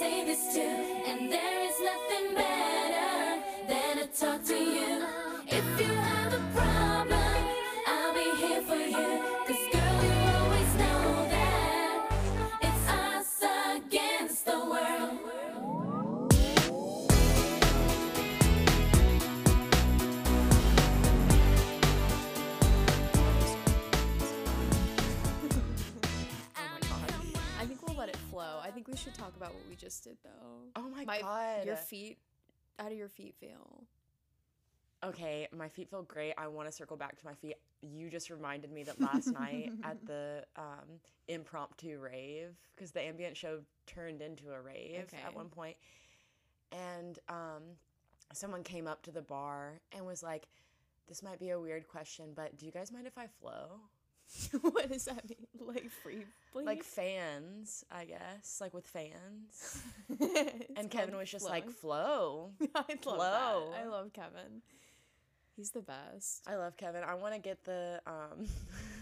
say this too, and there is nothing better than to talk to you. If you have a problem, I'll be here for you. Cause girl, you always know that it's us against the world. Oh Um, my god. I think we'll let it flow. I think we should talk about what we just did though. Oh my, god. Your feet, how do your feet feel? okay, my feet feel great. I want to circle back to my feet. You just reminded me that last night at the um, impromptu rave, because the ambient show turned into a rave Okay. at one point, and um, someone came up to the bar and was like, "This might be a weird question, but do you guys mind if I flow?" what does that mean? Like free, please? Like fans, I guess, like with fans. It's and Kevin called was just like, "Flow." I love flow. that. I love Kevin. He's the best. I love Kevin. I want to get the um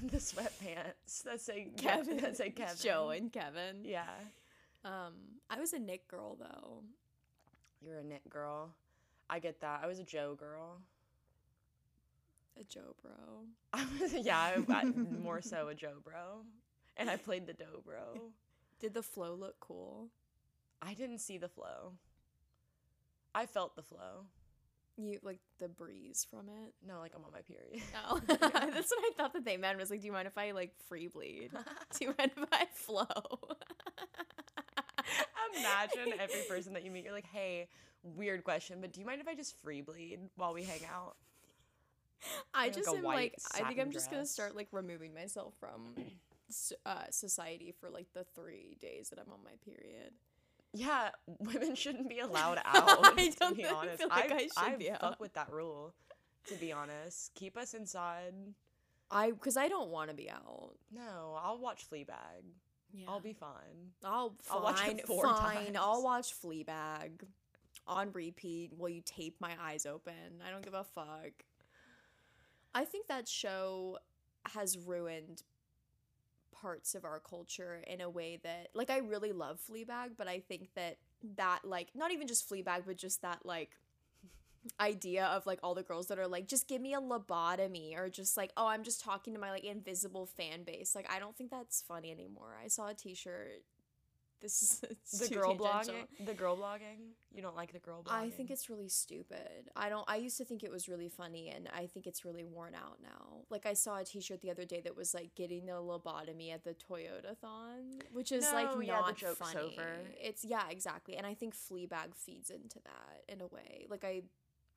the sweatpants that say Kevin, that say Kevin. Joe and Kevin. Yeah, Um, I was a Nick girl though. you're a knit girl. I get that. I was a Joe girl. A Joe bro. I was yeah, I, I, more so a Joe bro, and I played the Doe bro. Did the flow look cool? I didn't see the flow. I felt the flow. You like the breeze from it? No, like I'm on my period. Oh, that's what I thought that they meant. Was like, do you mind if I like free bleed? Do you mind if I flow? Imagine every person that you meet, you're like, hey, weird question, but do you mind if I just free bleed while we hang out? I in, like, just a am white like, I think satin I'm just gonna dress. start like removing myself from s- uh, society for like the three days that I'm on my period. Yeah, women shouldn't be allowed out. I to don't be know, I honest. feel like I should I be fuck out. with that rule. To be honest, keep us inside. I because I don't want to be out. No, I'll watch Fleabag. Yeah. I'll be fine. I'll I'll watch it fine, four fine. I'll times. watch Fleabag on repeat while you tape my eyes open. I don't give a fuck. I think that show has ruined parts of our culture in a way that like I really love Fleabag, but I think that that like not even just Fleabag, but just that like idea of like all the girls that are like just give me a lobotomy or just like oh I'm just talking to my like invisible fan base. Like I don't think that's funny anymore. I saw a t-shirt this is it's The too girl tangential. blogging. The girl blogging. You don't like the girl blogging. I think it's really stupid. I don't I used to think it was really funny and I think it's really worn out now. Like I saw a t-shirt the other day that was like getting a lobotomy at the Toyota thon, which is No, like yeah, the not joke's funny. over. It's yeah, exactly. And I think Fleabag feeds into that in a way. Like I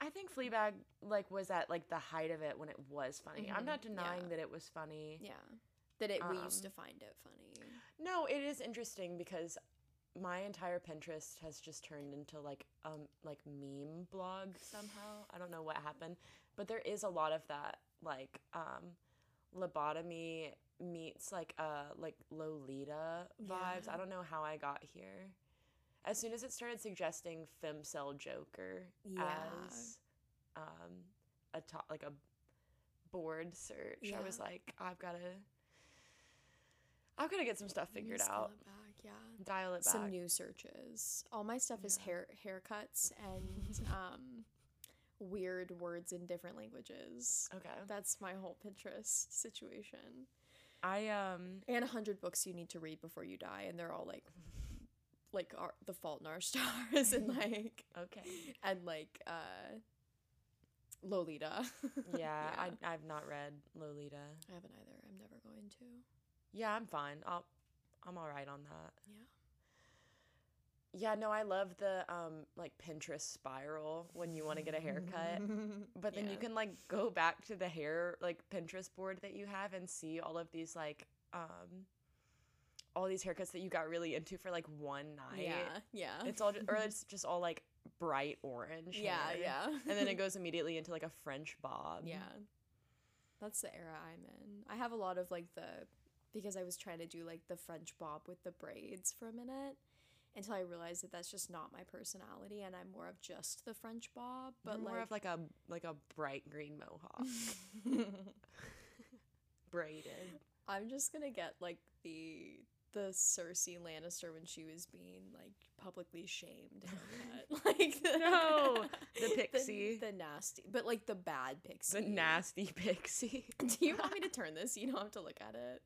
I think Fleabag like was at like the height of it when it was funny. I'm Mhm, not yeah. denying that it was funny. yeah, that it we used to Um, find it funny. No, it is interesting because my entire Pinterest has just turned into like um like meme blog somehow. I don't know what happened, but there is a lot of that like um lobotomy meets like uh like Lolita vibes. Yeah. I don't know how I got here. As soon as it started suggesting femcel Joker Yeah. as um a top like a board search, I was Yeah. like, I've got to I've got to get some stuff figured Scale out. it back, yeah. Dial it some back. new searches. All my stuff is Yeah. hair haircuts and um, weird words in different languages. okay. That's my whole Pinterest situation. I um And 100 books you need to read before you die and they're all like like our, The Fault in Our Stars and like okay. and like uh Lolita. Yeah, I I've not read Lolita. I haven't either. I'm never going to. Yeah, I'm fine. I'll I'm all right on that. Yeah. Yeah, no, I love the um like Pinterest spiral when you want to get a haircut. But then you Yeah. can like go back to the hair like Pinterest board that you have and see all of these like um all these haircuts that you got really into for like one night. yeah. Yeah. It's all just, or it's just all like bright orange. yeah, hair. yeah. And then it goes immediately into like a French bob. Yeah. That's the era I'm in. I have a lot of like the because I was trying to do like the French bob with the braids for a minute until I realized that that's just not my personality and I'm more of just the French bob, but But more like, of like a like a bright green mohawk braided. I'm just going to get like the the Cersei Lannister when she was being like publicly shamed. and all that. like the, No, the pixie. the, nasty, but like the bad pixie. The nasty pixie. Do you want me to turn this? You don't have to look at it.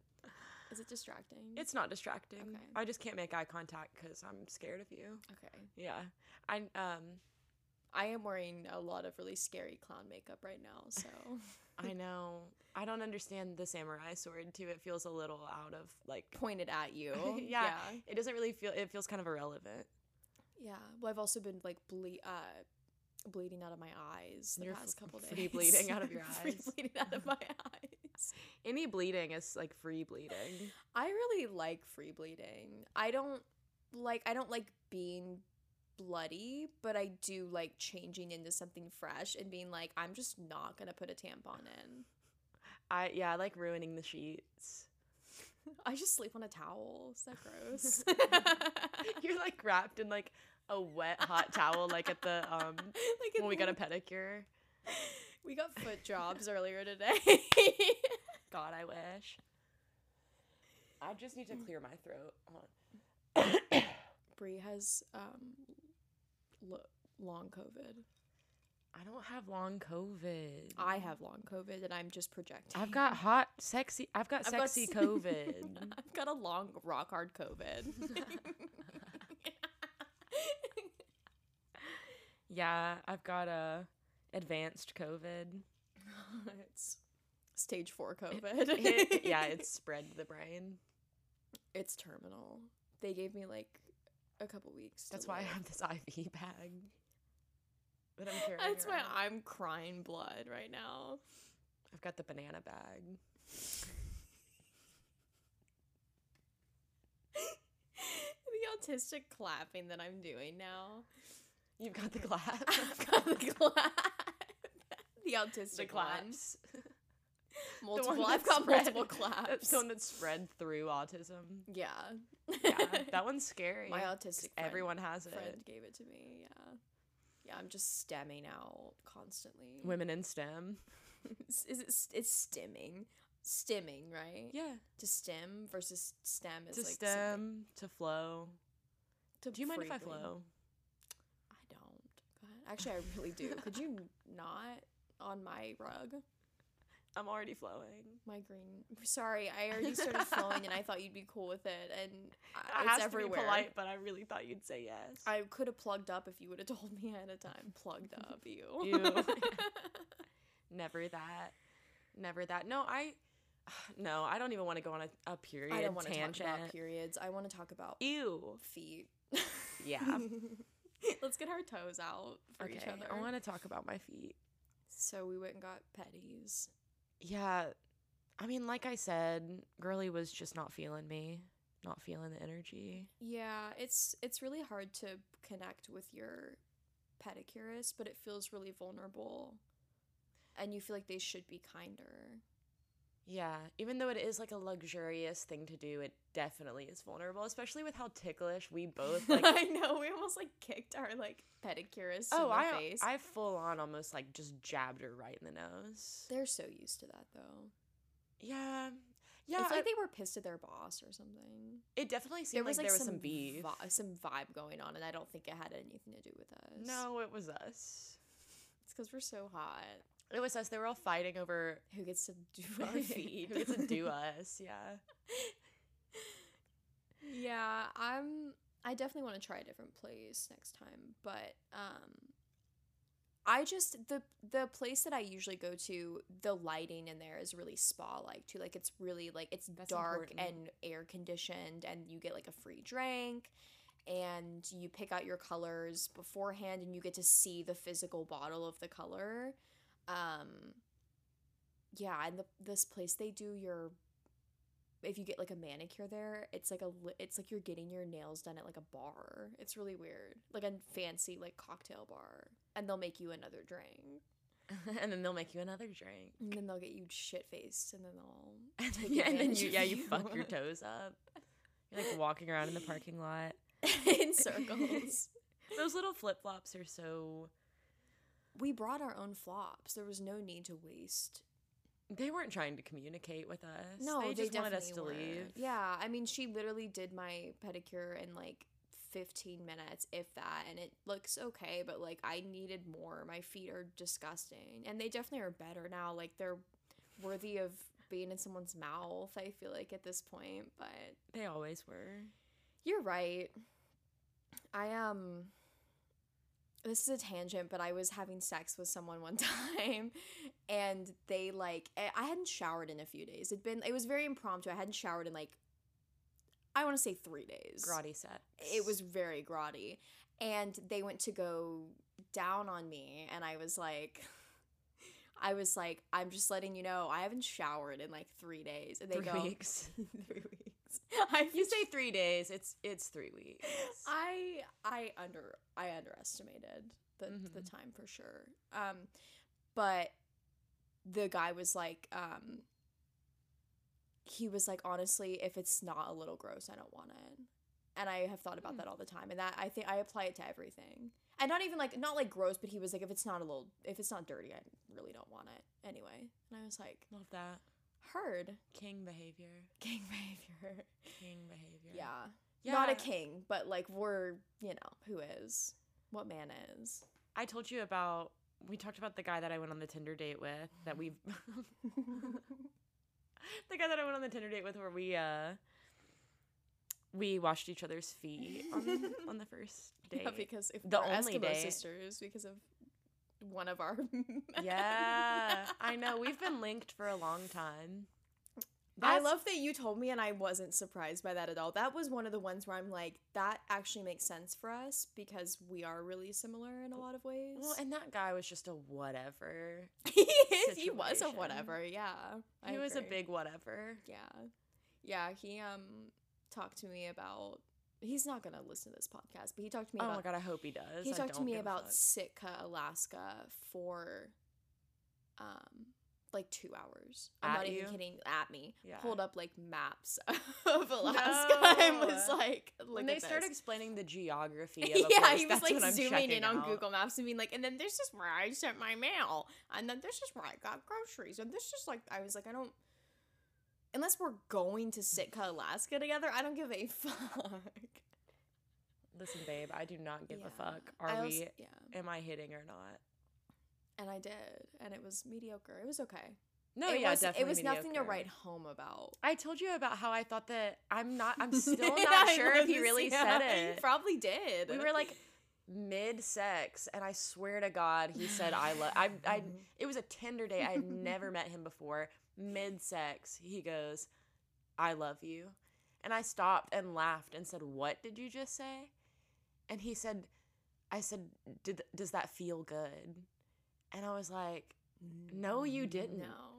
Is it distracting? It's not distracting. Okay. I just can't make eye contact because I'm scared of you. okay. Yeah. I um I am wearing a lot of really scary clown makeup right now, so I know. I don't understand the samurai sword too. It feels a little out of like pointed at you. Yeah. it doesn't really feel it feels kind of irrelevant. Yeah. Well, I've also been like ble- uh, bleeding out of my eyes the You're past f- couple days. free bleeding out of your free eyes. bleeding out of my eyes. Any bleeding is like free bleeding. I really like free bleeding. I don't like I don't like being bloody, but I do like changing into something fresh and being like I'm just not going to put a tampon in. I yeah, I like ruining the sheets. I just sleep on a towel. Is that gross? You're like wrapped in like a wet hot towel like at the um like when we got a gotta. pedicure. we got foot jobs earlier today. God, I wish. I just need to clear my throat. Hold on. Brie has um lo- long COVID. I don't have long COVID. I have long COVID, and I'm just projecting. Mm-hmm. I've got hot, sexy. I've got I've got sexy s- COVID. I've got a long, rock hard COVID. yeah, I've got a advanced COVID. it's stage four COVID. It- yeah, it's spread to the brain. it's terminal. They gave me like a couple weeks. to That's why I live. have this IV bag. That I'm carrying. That's why around. I'm crying blood right now. I've got the banana bag. the autistic clapping that I'm doing now. You've got the clap. I've got the clap. The autistic the one. claps. The one Multiple. I've that's got spread- multiple That's claps. the one that's spread through autism. yeah. Yeah, that one's scary. My autistic friend, Everyone has it. friend gave it to me. Yeah. Yeah, I'm just stemming out constantly. Women in STEM. Is it? s- It's stimming. Stimming, right? Yeah. To stem versus stem is to like something- stem, to flow. To Do you mind if I freely- flow? I don't. God. Actually, I really do. Could you n- not on my rug? I'm already flowing. My green. Sorry, I already started flowing, and I thought you'd be cool with it, and I- I it's has everywhere. to be polite, but I really thought you'd say yes. I could have plugged up if you would have told me ahead of time. Plugged up, you. Ew. Never that. Never that. No, I. No, I don't even want to go on a, a period I don't want to talk tangent. about periods. I want to talk about Ew. feet. Yeah. Let's get our toes out for each okay. other. I want to talk about my feet. so we went and got petties. Yeah. I mean, like I said, Girly was just not feeling me, not feeling the energy. Yeah, it's it's really hard to connect with your pedicurist, but it feels really vulnerable. And you feel like they should be kinder. Yeah, even though it is like a luxurious thing to do, it definitely is vulnerable, especially with how ticklish we both like. I know, we almost like kicked our like pedicurist oh, in the I face. I full on almost like just jabbed her right in the nose. They're so used to that though. Yeah, yeah. it's like I- they were pissed at their boss or something. it definitely seemed like, there was some, beef. vi- some vibe going on, and I don't think it had anything to do with us. no, it was us. it's because we're so hot. It was us. They were all fighting over Who gets to do our feet? Who gets to do us? Yeah. Yeah, I'm. I definitely want to try a different place next time, but um, I just the the place that I usually go to, the lighting in there is really spa like too. Like it's really like it's That's dark important. and air conditioned, and you get like a free drink. And you pick out your colors beforehand, and you get to see the physical bottle of the color. Um, yeah, and the, this place they do your if you get like a manicure there, it's like a li- it's like you're getting your nails done at like a bar. It's really weird, like a fancy like cocktail bar, and they'll make you another drink, and then they'll make you another drink. and then they'll get you shit faced, and then they'll And then, take yeah, and then advantage you of yeah you fuck your toes up. You're like walking around in the parking lot. in circles. Those little flip flops are so. we brought our own flops. There was no need to waste They weren't trying to communicate with us. No, they they just wanted us definitely to leave. weren't. Yeah, I mean, she literally did my pedicure in like 15 minutes, if that, and it looks okay, but like I needed more. My feet are disgusting, and they definitely are better now. Like they're worthy of being in someone's mouth. I feel like at this point, but They always were. you're right. I um this is a tangent, but I was having sex with someone one time and they like I I hadn't showered in a few days. It'd been it was very impromptu. I hadn't showered in like I want to say 3 days. Grotty set. It was very grotty. And they went to go down on me and I was like I was like I'm just letting you know I haven't showered in like 3 days. And they three go weeks. 3 weeks. I you say three days. It's it's three weeks. I I under I underestimated the the Mhm. time for sure. Um, but the guy was like, um, he was like, honestly, if it's not a little gross, I don't want it. And I have thought about Hmm. that all the time, and that I think I apply it to everything. And not even like not like gross, but he was like, if it's not a little, if it's not dirty, I really don't want it anyway. And I was like, love that heard king behavior. king behavior. King behavior. yeah. Not a Yeah. king, but like we're, you know, who is? What man is? I told you about we talked about the guy that I went on the Tinder date with that we the guy that I went on the Tinder date with where we uh we washed each other's feet on, on the first date. Yeah, because if The we're only Eskimo day. sisters, because of one of our men. yeah, I know. We've been linked for a long time. I That's- love that you told me, and I wasn't surprised by that at all. That was one of the ones where I'm like, that actually makes sense for us because we are really similar in a lot of ways. Well, and that guy was just a whatever. he, is, he was a situation. whatever, yeah. He I was a agree. big whatever. Yeah. Yeah, he um talked to me about he's not gonna listen to this podcast, but he talked to me Oh about my god, I hope he does. he I talked to don't me give a about fuck. Sitka, Alaska for um like two hours. I'm At not you? even kidding. At me. Yeah. Pulled up like maps of Alaska and was No. like, look when they at this. started explaining the geography of a yeah, place, he was that's like what I'm zooming checking in on out. Google Maps and being like, and then this is where I sent my mail, and then this is where I got groceries, and this is like, I was like, I don't, unless we're going to Sitka, Alaska together, I don't give a fuck. Listen, babe, I do not give Yeah. a fuck. Are I we? also- Yeah, Am I hitting or not? and I did, and it was mediocre. It was okay. No, it Oh, yeah, was, definitely. It was nothing to mediocre. write home about. I told you about how I thought that I'm not. I'm still not I sure if he was- really yeah, said He it. probably did. we were like mid sex, and I swear to God, he said I love. I, I. It was a Tinder day. I had never met him before. Mid sex, he goes, "I love you," and I stopped and laughed and said, "What did you just say?" And he said, "I said, did, does that feel good?" And I was like, "No, you didn't." No.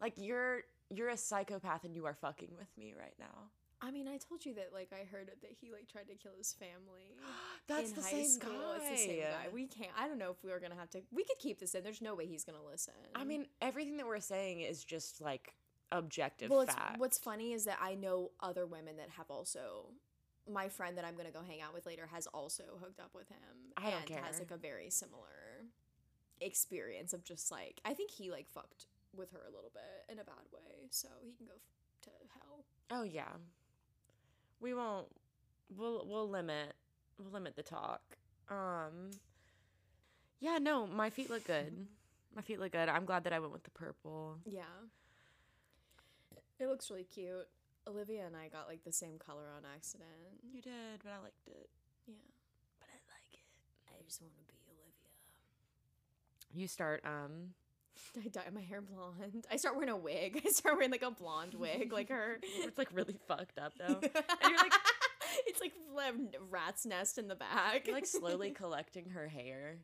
Like you're you're a psychopath and you are fucking with me right now. I mean, I told you that like I heard that he like tried to kill his family. That's in the high same school. guy. It's the same guy. We can't. I don't know if we were gonna have to. We could keep this in. There's no way he's gonna listen. I mean, everything that we're saying is just like objective well, it's, fact. what's funny is that I know other women that have also. My friend that I'm gonna go hang out with later has also hooked up with him I don't and has care. like a very similar experience of just like I think he like fucked with her a little bit in a bad way, so he can go f- to hell. Oh yeah. We won't we'll we'll limit we'll limit the talk. Um Yeah, no, my feet look good. my feet look good. I'm glad that I went with the purple. Yeah. It looks really cute. Olivia and I got like the same color on accident. You did, but I liked it. Yeah. But I like it. I just want to be Olivia. You start um I dye my hair blonde. I start wearing a wig. I start wearing like a blonde wig, like her. it's like really fucked up though. and you're like- it's like um, rat's nest in the back. You're like slowly collecting her hair.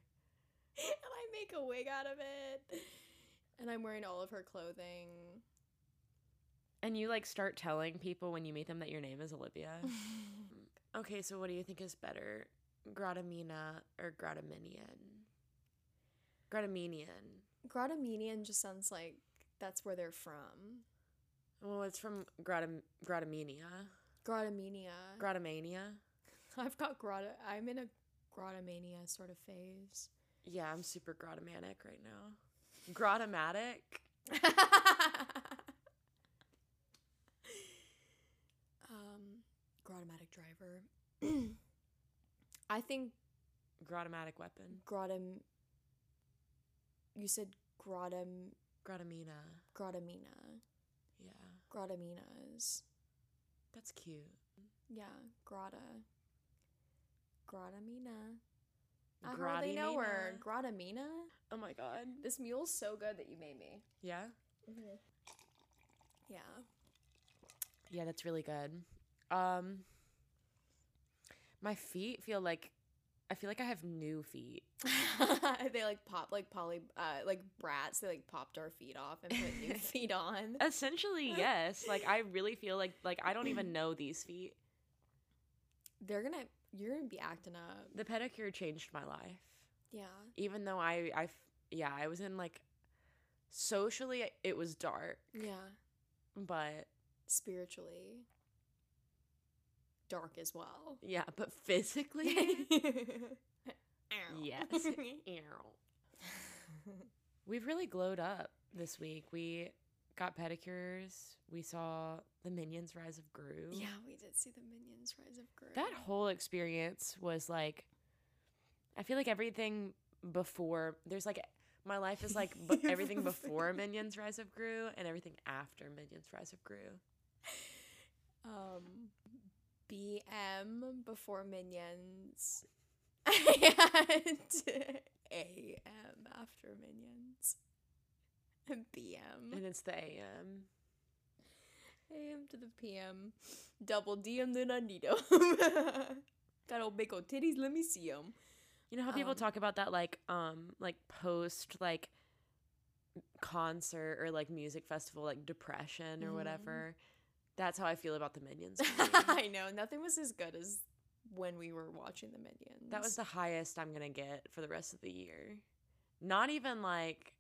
and I make a wig out of it. And I'm wearing all of her clothing. And you like start telling people when you meet them that your name is Olivia. Okay, so what do you think is better, Gratamina or Grataminian? Grataminian. Grataminian just sounds like that's where they're from. Well, it's from Gratam- Gratamania. Gratamania. Gratamania. I've got grata. I'm in a gratamania sort of phase. Yeah, I'm super gratamanic right now. Gratamatic. um, Grottomatic Driver. I think Grottomatic weapon. Grottom. You said Grottom. Grottomina. Grottomina. Yeah. Grottominas. That's cute. Yeah, Grotta. Grottomina. I hardly know her. Grottomina. Grottomina? Oh my god. Mm-hmm. This mule's so good that you made me. Yeah? Yeah. Yeah, that's really good. Um my feet feel like I feel like I have new feet. they like pop like poly uh like brats, they like popped our feet off and put new feet on. Essentially, yes. Like I really feel like like I don't even know these feet. They're gonna you're gonna be acting up. The pedicure changed my life. Yeah. Even though I I f- yeah, I was in like socially it was dark, Yeah. but Spiritually. Dark as well. yeah, but physically yes. Ew. We've really glowed up this week. We got pedicures. We saw the Minions Rise of Gru. Yeah, we did see the minions rise of Gru. That whole experience was like, I feel like everything before, there's like, my life is like b- everything before Minions Rise of Gru and everything after Minions Rise of Gru. um BM before minions and AM after minions. BM. And it's the AM. AM to the PM. Double DM, then I need 'em. Got old big old titties, let me see 'em. You know how people Um, talk about that like um like post like concert or like music festival like depression or Mhm. whatever. That's how I feel about the Minions. movie. I know, nothing was as good as when we were watching the minions. that was the highest I'm going to get for the rest of the year. Not even like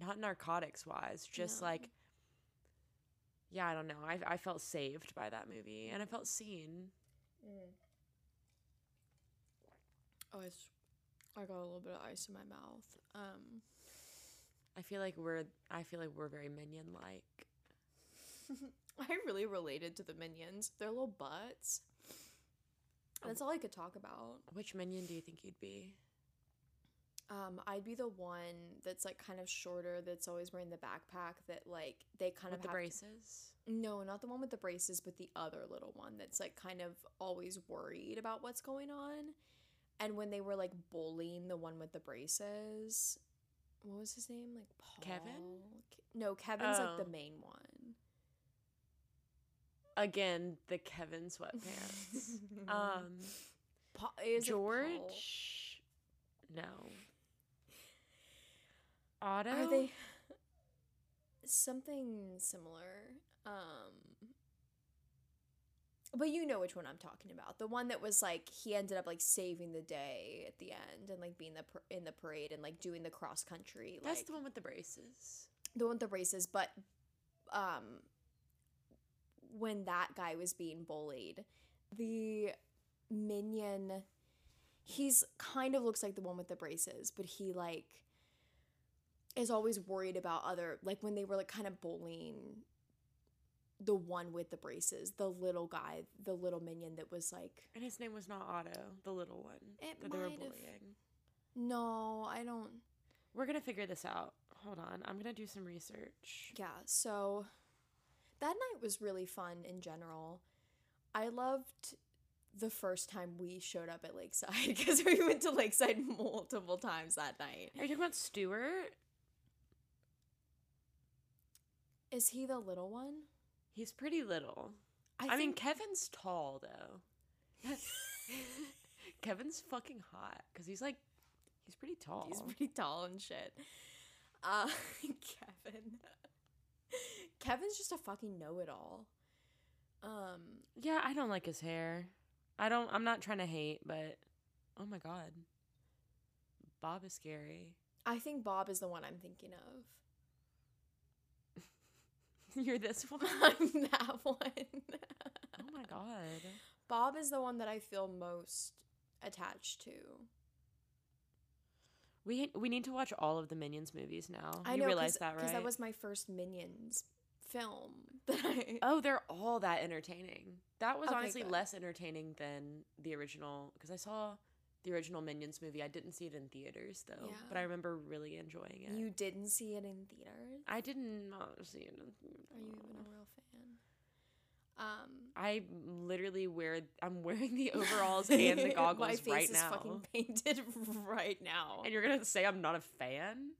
not narcotics wise, just No. like yeah, I don't know. I I felt saved by that movie and I felt seen. Mm. Oh, I, s- I got a little bit of ice in my mouth. Um, I feel like we're I feel like we're very minion like. I really related to the minions. Their little butts. Um, That's all I could talk about. Which minion do you think you'd be? Um, I'd be the one that's like kind of shorter, that's always wearing the backpack. That like they kind With of the have to- braces? no, not the one with the braces, but the other little one that's like kind of always worried about what's going on. And when they were like bullying the one with the braces, what was his name? Like Paul? Kevin? Ke- No, Kevin's like Oh. the main one. again the Kevin sweatpants. um, Pa- is it Paul? George, no. Otto, Are they something similar? Um but you know which one I'm talking about. The one that was like he ended up like saving the day at the end and like being the par- in the parade and like doing the cross country. That's like, the one with the braces. the one with the races, but um when that guy was being bullied, the minion he's kind of looks like the one with the braces, but he like is always worried about other like when they were like kind of bullying the one with the braces, the little guy, the little minion that was like And his name was not Otto, the little one It that they were might bullying. have- no, I don't We're gonna figure this out. Hold on, I'm gonna do some research. Yeah, so that night was really fun in general. I loved the first time we showed up at Lakeside because we went to Lakeside multiple times that night. Are you talking about Stuart? Is he the little one? He's pretty little. I, mean, Kevin's tall though. Kevin's fucking hot because he's like, he's pretty tall. He's pretty tall and shit. Uh, Kevin. Kevin's just a fucking know it all. Um, Yeah, I don't like his hair. I don't. I'm not trying to hate, but oh my god, Bob is scary. I think Bob is the one I'm thinking of. You're this one. oh I'm that one. my god. Bob is the one that I feel most attached to. We we need to watch all of the Minions movies now. I you know realize cause, that, right? 'cause that was my first Minions film that I. Oh, they're all that entertaining. That was Okay, honestly good. less entertaining than the original because I saw the original Minions movie. I didn't see it in theaters though, but I Yeah. remember really enjoying it. You didn't see it in theaters. I did not see it. in Are you even a theaters. real fan? Um, I literally wear. I'm wearing the overalls and the goggles my face right is now, fucking painted right now. and you're gonna say I'm not a fan.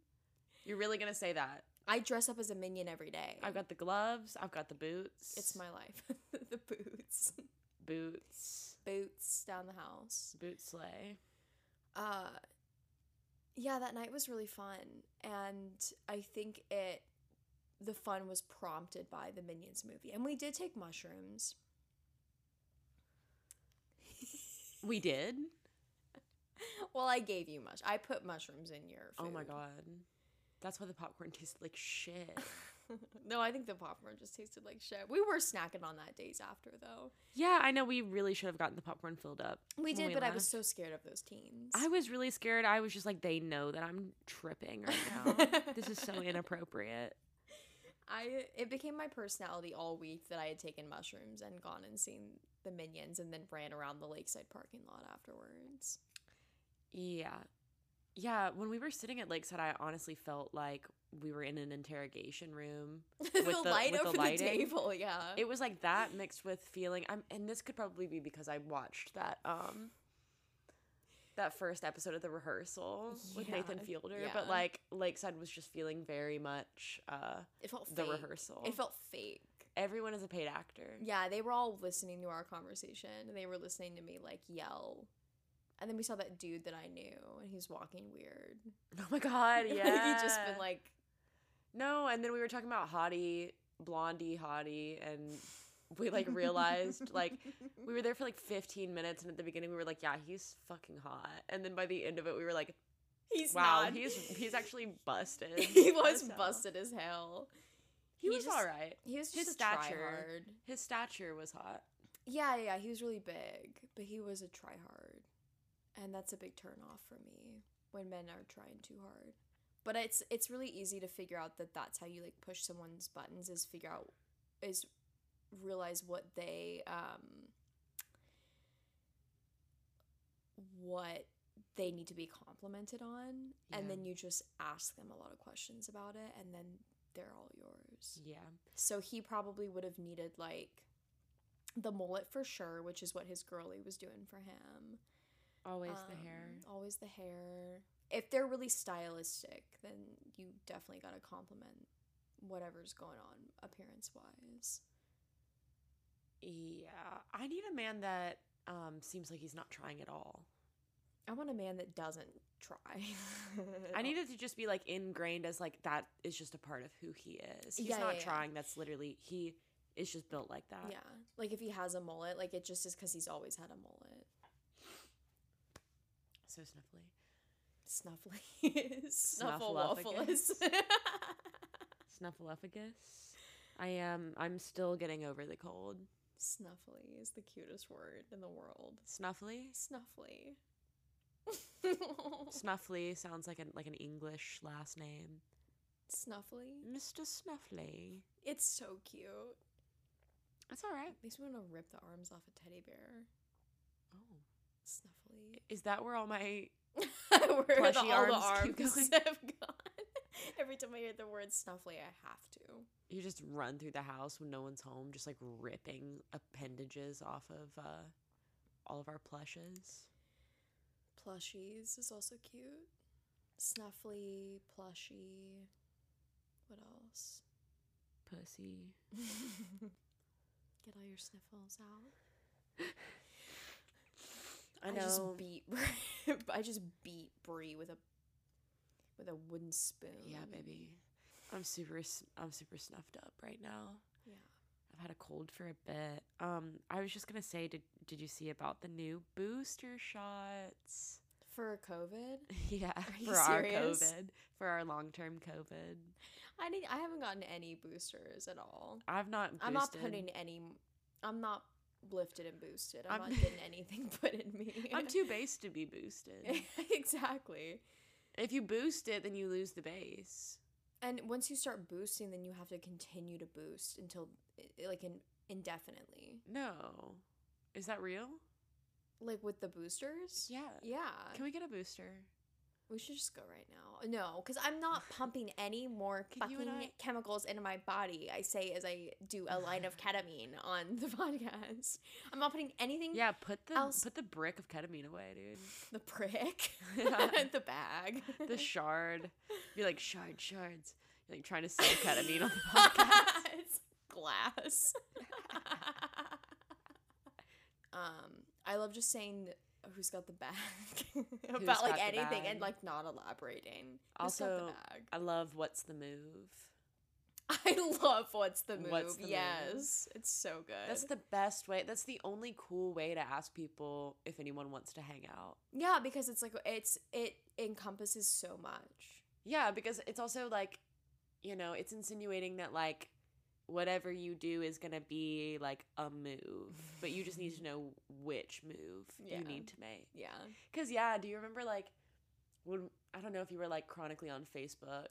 You're really gonna say that? I dress up as a minion every day. I've got the gloves. I've got the boots. It's my life. the boots, boots. boots down the house. Boot sleigh. uh yeah that night was really fun and i think it the fun was prompted by the minions movie and we did take mushrooms We did. well i gave you mush i put mushrooms in your food. Oh my god. That's why the popcorn tasted like shit. no i think the popcorn just tasted like shit we were snacking on that days after though yeah, I know we really should have gotten the popcorn filled up. we when did but i was left. so scared of those teens I was really scared. I was just like they know that I'm tripping right now. this is so inappropriate. I it became my personality all week that I had taken mushrooms and gone and seen the minions and then ran around the lakeside parking lot afterwards. Yeah. Yeah, when we were sitting at Lakeside, I honestly felt like we were in an interrogation room. the, With the- light with the over the, lighting? table, yeah. It was like that mixed with feeling I'm and this could probably be because I watched that um that first episode of the rehearsal with Yeah, Nathan Fielder, yeah. but like Lakeside was just feeling very much uh It felt fake. the rehearsal. It felt fake. Everyone is a paid actor. Yeah, they were all listening to our conversation and they were listening to me like yell. And then we saw that dude that I knew and he's walking weird. Oh my god, yeah. he just been like No, and then we were talking about Hottie, Blondie, Hottie, and we like realized like we were there for like 15 minutes, and at the beginning we were like, yeah, he's fucking hot, and then by the end of it we were like, he's wow, not. he's he's actually busted. he was as hell. busted as hell. He, He was just- all right. He was His just a stature. tryhard. His stature was hot. Yeah, yeah, yeah, he was really big, but he was a tryhard. And that's a big turn off for me when men are trying too hard. But it's it's really easy to figure out that that's how you like push someone's buttons is figure out is realize what they um what they need to be complimented on Yeah. and then you just ask them a lot of questions about it and then they're all yours. Yeah, So he probably would have needed like the mullet for sure, which is what his girly was doing for him. always Um, the hair. Always the hair. If they're really stylistic, then you definitely got to compliment whatever's going on appearance wise. Yeah, I need a man that um seems like he's not trying at all. I want a man that doesn't try. I need it to just be like ingrained as like that is just a part of who he is. He's Yeah, not yeah, yeah. trying. That's literally he is just built like that. Yeah. Like if he has a mullet, like it just is because he's always had a mullet. So snuffly. Snuffly. Snuffle waffles. Snuffleupagus. I am I'm still getting over the cold. Snuffly is the cutest word in the world. Snuffly? Snuffly. Snuffly sounds like an like an English last name. Snuffly. Mr. Snuffly. It's so cute. That's all right. Makes me want to rip the arms off a teddy bear. Oh. Snuffly. Is that where all my Where Plushy the, all arms keep the arms going. have gone. Every time I hear the word snuffly, I have to. you just run through the house when no one's home, just like ripping appendages off of uh all of our plushes? Plushies is also cute. Snuffly, plushie. What else? Pussy. Get all your sniffles out. I know. just beat. I just beat Brie with a with a wooden spoon. yeah, baby. I'm super s- I'm super snuffed up right now. Yeah. I've had a cold for a bit. Um, I was just gonna say, did did you see about the new booster shots? For COVID, yeah, you for our serious? COVID, for our long term COVID. I need. I haven't gotten any boosters at all. I've not. Boosted. I'm not putting any. I'm not lifted and boosted. I'm, I'm- not getting anything put in me. I'm too base to be boosted. exactly. If you boost it, then you lose the base. And once you start boosting, then you have to continue to boost until i- like in, indefinitely. No. Is that real? Like with the boosters? Yeah. Yeah. Can we get a booster? we should just go right now. No, because I'm not pumping any more Can you fucking and chemicals into my body. I say as I do a line of ketamine on the podcast. I'm not putting anything Yeah, put the Else- put the brick of ketamine away, dude. the prick, Yeah. the bag. The shard. Be like shard shards. You're like trying to sell ketamine on the podcast. It's glass. um, I love just saying who's got the bag about got like the anything bag? and like not elaborating. Who's got Also, I love what's the move. the bag? I love what's the move. What's the move? yes, it's so good. That's the best way. That's the only cool way to ask people if anyone wants to hang out. yeah, because it's like it's it encompasses so much. Yeah, because it's also like, you know, it's insinuating that like whatever you do is going to be like a move, but you just need to know which move Yeah. you need to make. Yeah, Cuz yeah, do you remember like when I don't know if you were like chronically on Facebook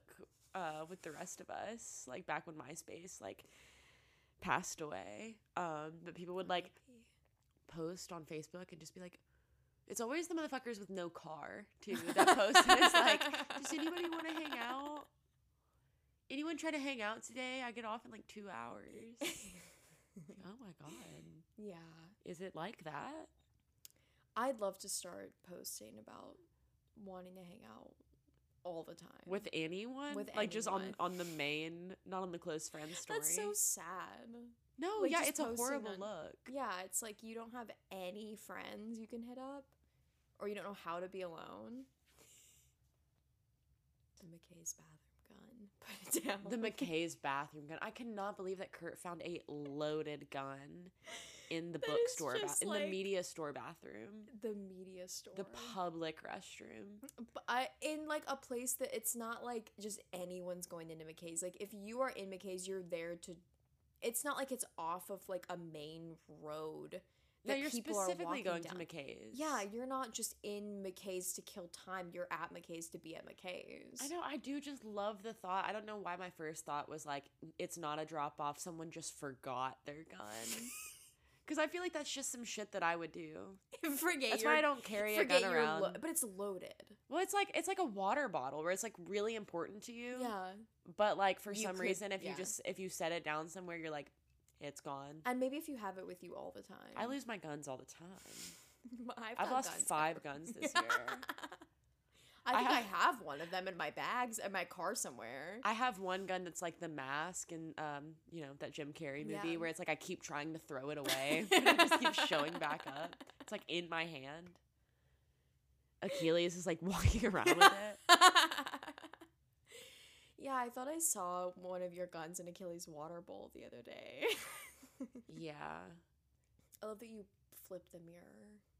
uh with the rest of us, like back when MySpace like passed away. Um but people would like post on Facebook and just be like, it's always the motherfuckers with no car too that post and it's like, does anybody want to hang out? Anyone try to hang out today? I get off in like two hours. Like, oh my god, yeah. is it like that? I'd love to start posting about wanting to hang out all the time With anyone? With like just on anyone. on the main, not on the close friends story. That's so sad. no, like, yeah, just it's a posting horrible on- look. Yeah, it's like you don't have any friends you can hit up, or you don't know how to be alone. The McKay's bathroom gun. Put it The down. McKay's bathroom gun. I cannot believe that Kurt found a loaded gun in the That is bookstore, ba- just, in the like, media store bathroom, the media store. the public restroom. But I, in like a place that it's not like just anyone's going into McKay's. Like if you are in McKay's, you're there to. It's not like it's off of like a main road. No, that you're people are specifically walking going down. to McKay's. Yeah, you're not just in McKay's to kill time. You're at McKay's to be at McKay's. I know. I do just love the thought. I don't know why my first thought was like, it's not a drop off. Someone just forgot their gun. Because I feel like that's just some shit that I would do. Forget That's your why I don't carry a gun forget your around. lo- but it's loaded. well, it's like it's like a water bottle where it's like really important to you. Yeah, But like for You some could- reason, if you yeah. just if you set it down somewhere, you're like, it's gone. and maybe if you have it with you all the time, I lose my guns all the time. I've, I've got lost guns. five guns this year. I I think I have, have- one of them in my bags in my car somewhere. I have one gun that's like the mask and um, you know, that Jim Carrey movie Yeah. where it's like I keep trying to throw it away, but it just keeps showing back up. It's like in my hand. Achilles is like walking around with it. yeah, I thought I saw one of your guns in Achilles' water bowl the other day. Yeah. I love that you flipped the mirror.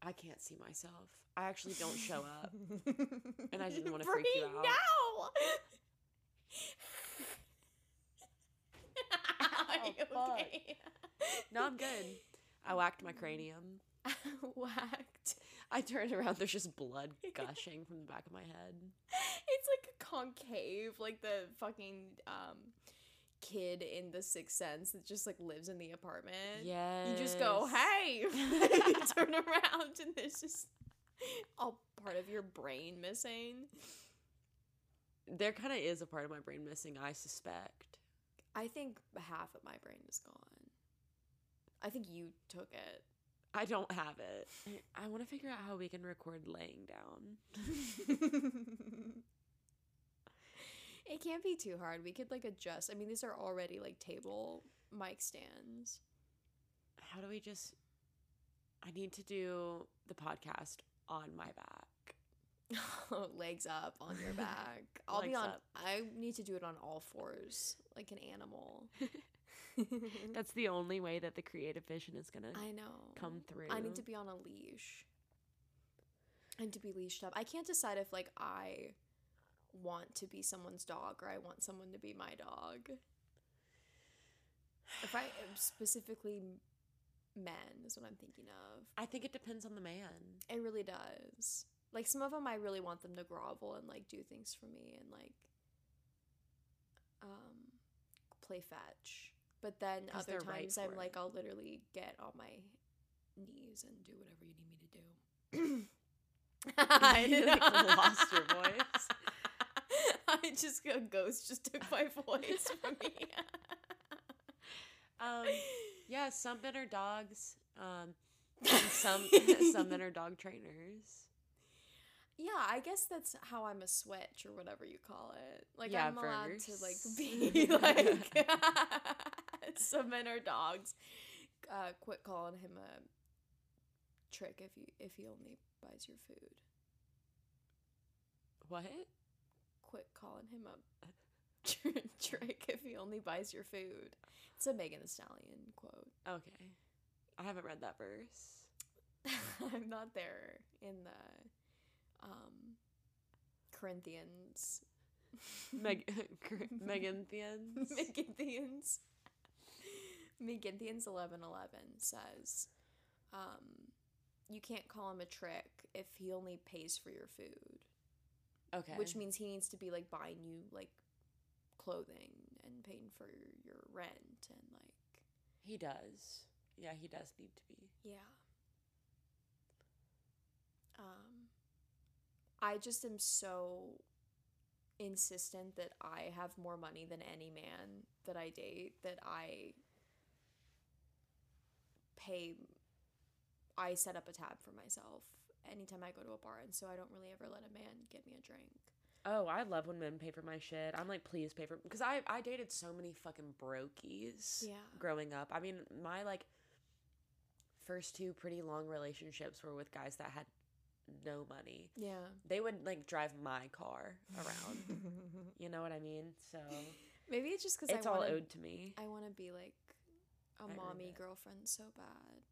I can't see myself. I actually don't show up. And I didn't wanna freak you Brie, out. No. Are Ow, you Oh, fuck. okay? No, I'm good. I whacked my cranium. Whacked. I turned around, there's just blood gushing from the back of my head. It's like a concave, like the fucking um kid in the sixth sense that just like lives in the apartment. Yeah. You just go, hey You turn around and there's just all part of your brain missing. There kinda is a part of my brain missing, I suspect. I think half of my brain is gone. I think you took it. I don't have it. I want to figure out how we can record laying down. it can't be too hard. We could like adjust. I mean, these are already like table mic stands. How do we just? I need to do the podcast on my back. Legs up on your back. I'll be Legs on. up. I need to do it on all fours, like an animal. That's the only way that the creative vision is gonna I know. come through. I need to be on a leash. I need to be leashed up. I can't decide if like I want to be someone's dog or I want someone to be my dog. If I specifically men is what I'm thinking of. I think it depends on the man. It really does. Like some of them, I really want them to grovel and like do things for me and like um play fetch. But then 'Cause other they're right times, for I'm like, it. I'll literally get on my knees and do whatever you need me to do. I You, like, lost your voice. I just a ghost just took my voice from me. Um, yeah, some men are dogs. Um, and some some men are dog trainers. Yeah, I guess that's how I'm a switch or whatever you call it. Like Yeah, I'm allowed to like verse. be like some men are dogs. Uh, quit calling him a trick if you if he only buys your food. What? Quit calling him a tr- trick if he only buys your food. It's a Megan the Stallion quote. Okay, I haven't read that verse. I'm not there in the um Corinthians. Meg- Meganthians. Meginthians. Meginthians eleven eleven says, um, you can't call him a trick if he only pays for your food, okay. which means he needs to be like buying you like clothing and paying for your rent and like he does. Yeah, he does need to be. yeah. Um, I just am so insistent that I have more money than any man that I date that I pay I set up a tab for myself anytime I go to a bar and so I don't really ever let a man get me a drink. Oh, I love when men pay for my shit. I'm like, please pay for because I I dated so many fucking brokies. Yeah. Growing up, I mean, my like first two pretty long relationships were with guys that had no money. Yeah. They would like drive my car around. you know what I mean? So Maybe it's just cuz it's I all want to owed to me. I want to be like a I mommy remember. girlfriend so bad.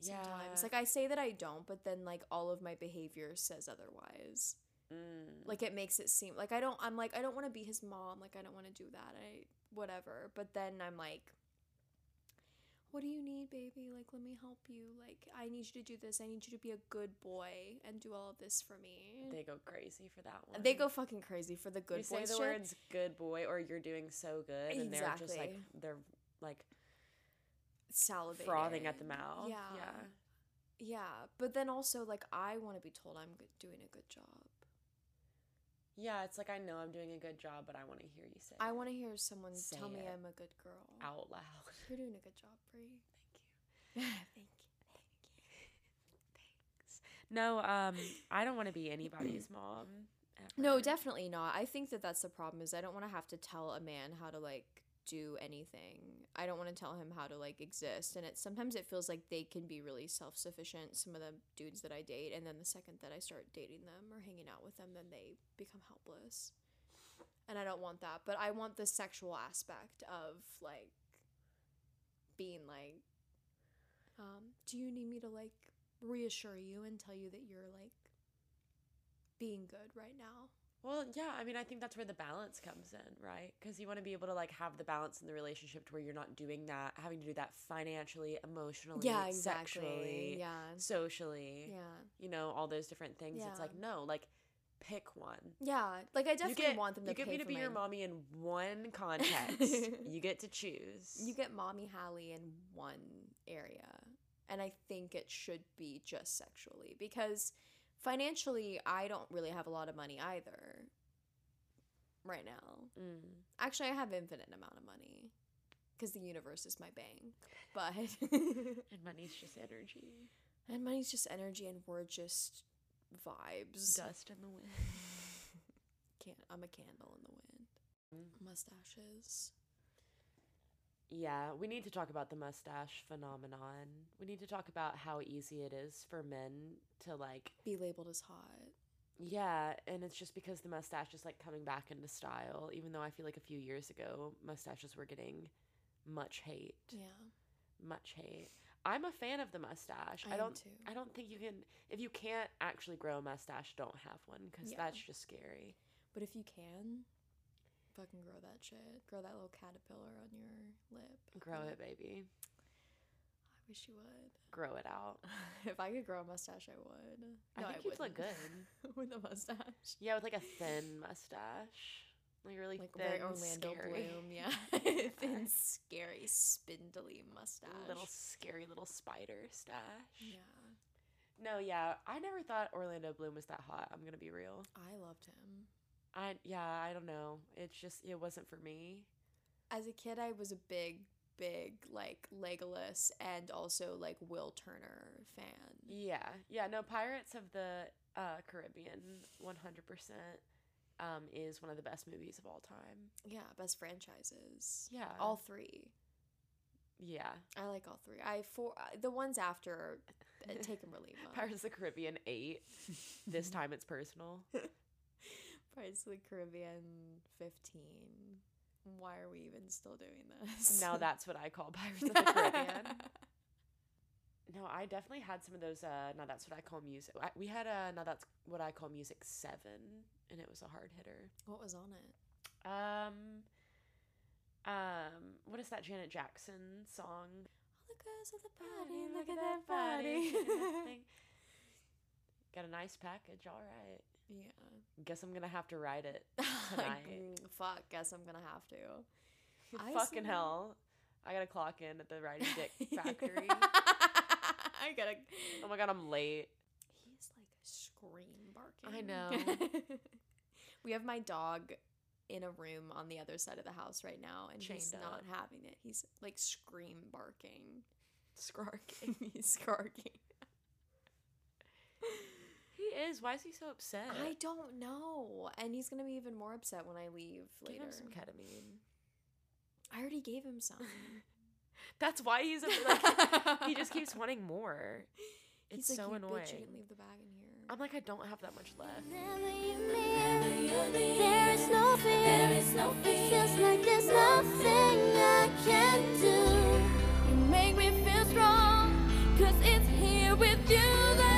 Yeah. sometimes. Like I say that I don't, but then like all of my behavior says otherwise. mm, Like it makes it seem like I don't I'm like I don't want to be his mom, like I don't want to do that. I whatever. But then I'm like what do you need, baby? Like let me help you. Like I need you to do this. I need you to be a good boy and do all of this for me. they go crazy for that one. They, go fucking crazy for the good you boy say shit. the words "good boy" or "you're doing so good," and they're just like Exactly. they're like salivating. frothing at the mouth. Yeah. Yeah. Yeah, but then also like I want to be told I'm good, doing a good job. Yeah, it's like I know I'm doing a good job, but I want to hear you say I it want to hear someone tell Say me it. I'm a good girl. out loud. You're doing a good job, Bree. Thank you. Thank you. No, um, I don't want to be anybody's mom. Ever. No, definitely not. I think that that's the problem is I don't want to have to tell a man how to like do anything. I don't want to tell him how to like exist. And it sometimes it feels like they can be really self-sufficient some of the dudes that I date and then the second that I start dating them or hanging out with them then they become helpless. And I don't want that, but I want the sexual aspect of like being like um do you need me to like reassure you and tell you that you're like being good right now? Well, yeah, I mean, I think that's where the balance comes in, right? Because you want to be able to like have the balance in the relationship to where you're not doing that, having to do that financially, emotionally, yeah sexually, exactly yeah socially, yeah you know, all those different things. Yeah. It's like no, like pick one. yeah like i You definitely get- want them to you get pay me to for be your my- mommy in one context. you get to choose. you get mommy Hallie in one area and i think it should be just sexually because financially i don't really have a lot of money either right now Mm. actually i have infinite amount of money because the universe is my bank but And money's just energy, and money's just energy and we're just vibes dust in the wind. Can- i'm a candle in the wind Mm. mustaches Yeah, we need to talk about the mustache phenomenon. We need to talk about how easy it is for men to like, be labeled as hot. yeah, and it's just because the mustache is like coming back into style, even though I feel like a few years ago, mustaches were getting much hate. Yeah, Much hate. I'm a fan of the mustache. I, am don't too. I don't think you can if you can't actually grow a mustache, don't have one cuz Yeah. that's just scary. but if you can, fucking grow that shit. Grow that little caterpillar on your lip. Grow it, baby. I wish you would. Grow it out. If I could grow a mustache, I would. I think you'd wouldn't. look good. with a mustache. Yeah, with like a thin mustache, like really Like thin, very Orlando scary, Bloom, yeah. Thin, scary, spindly mustache. little scary little spider stash. yeah. No, yeah, I never thought Orlando Bloom was that hot. I'm gonna be real. I loved him. I yeah, I don't know. It's just it wasn't for me. As a kid, I was a big, big like Legolas and also like Will Turner fan. Yeah, yeah. No, Pirates of the uh, Caribbean, 100%, um, is one of the best movies of all time. Yeah, best franchises. Yeah, All three. yeah. I like all three. I four uh, the ones after uh, Take 'em or Leave 'em. Pirates of the Caribbean eight. this time it's personal. Pirates of the Caribbean 15. Why are we even still doing this? Now that's what I call Pirates of the Caribbean. No, I definitely had some of those. Uh, now that's what I call music. I, we had a now that's what I call music seven, and it was a hard hitter. what was on it? Um, um, what is that Janet Jackson song? All the girls at the Body, party, look at that body. Got a nice package. All right. yeah. Guess I'm gonna have to write it. like, Tonight. mm, fuck, guess I'm gonna have to. I Fucking saw- hell! I gotta clock in at the writing dick factory. I gotta. oh my god, I'm late. He's like scream barking. I know. we have my dog in a room on the other side of the house right now, and he's Chained not up. having it. He's like scream barking. Scarking. he's scarking. He is. Why is he so upset? I don't know. And he's gonna be even more upset when I leave Give later. him some ketamine. I already gave him some. That's why he's like, he just keeps wanting more. It's He's like, so "You annoying. Bitch, you didn't leave the bag in here. I'm like, I don't have that much left. There is no fear. There is no fear. It feels like there's nothing I can do. You make me feel strong, cause it's here with you that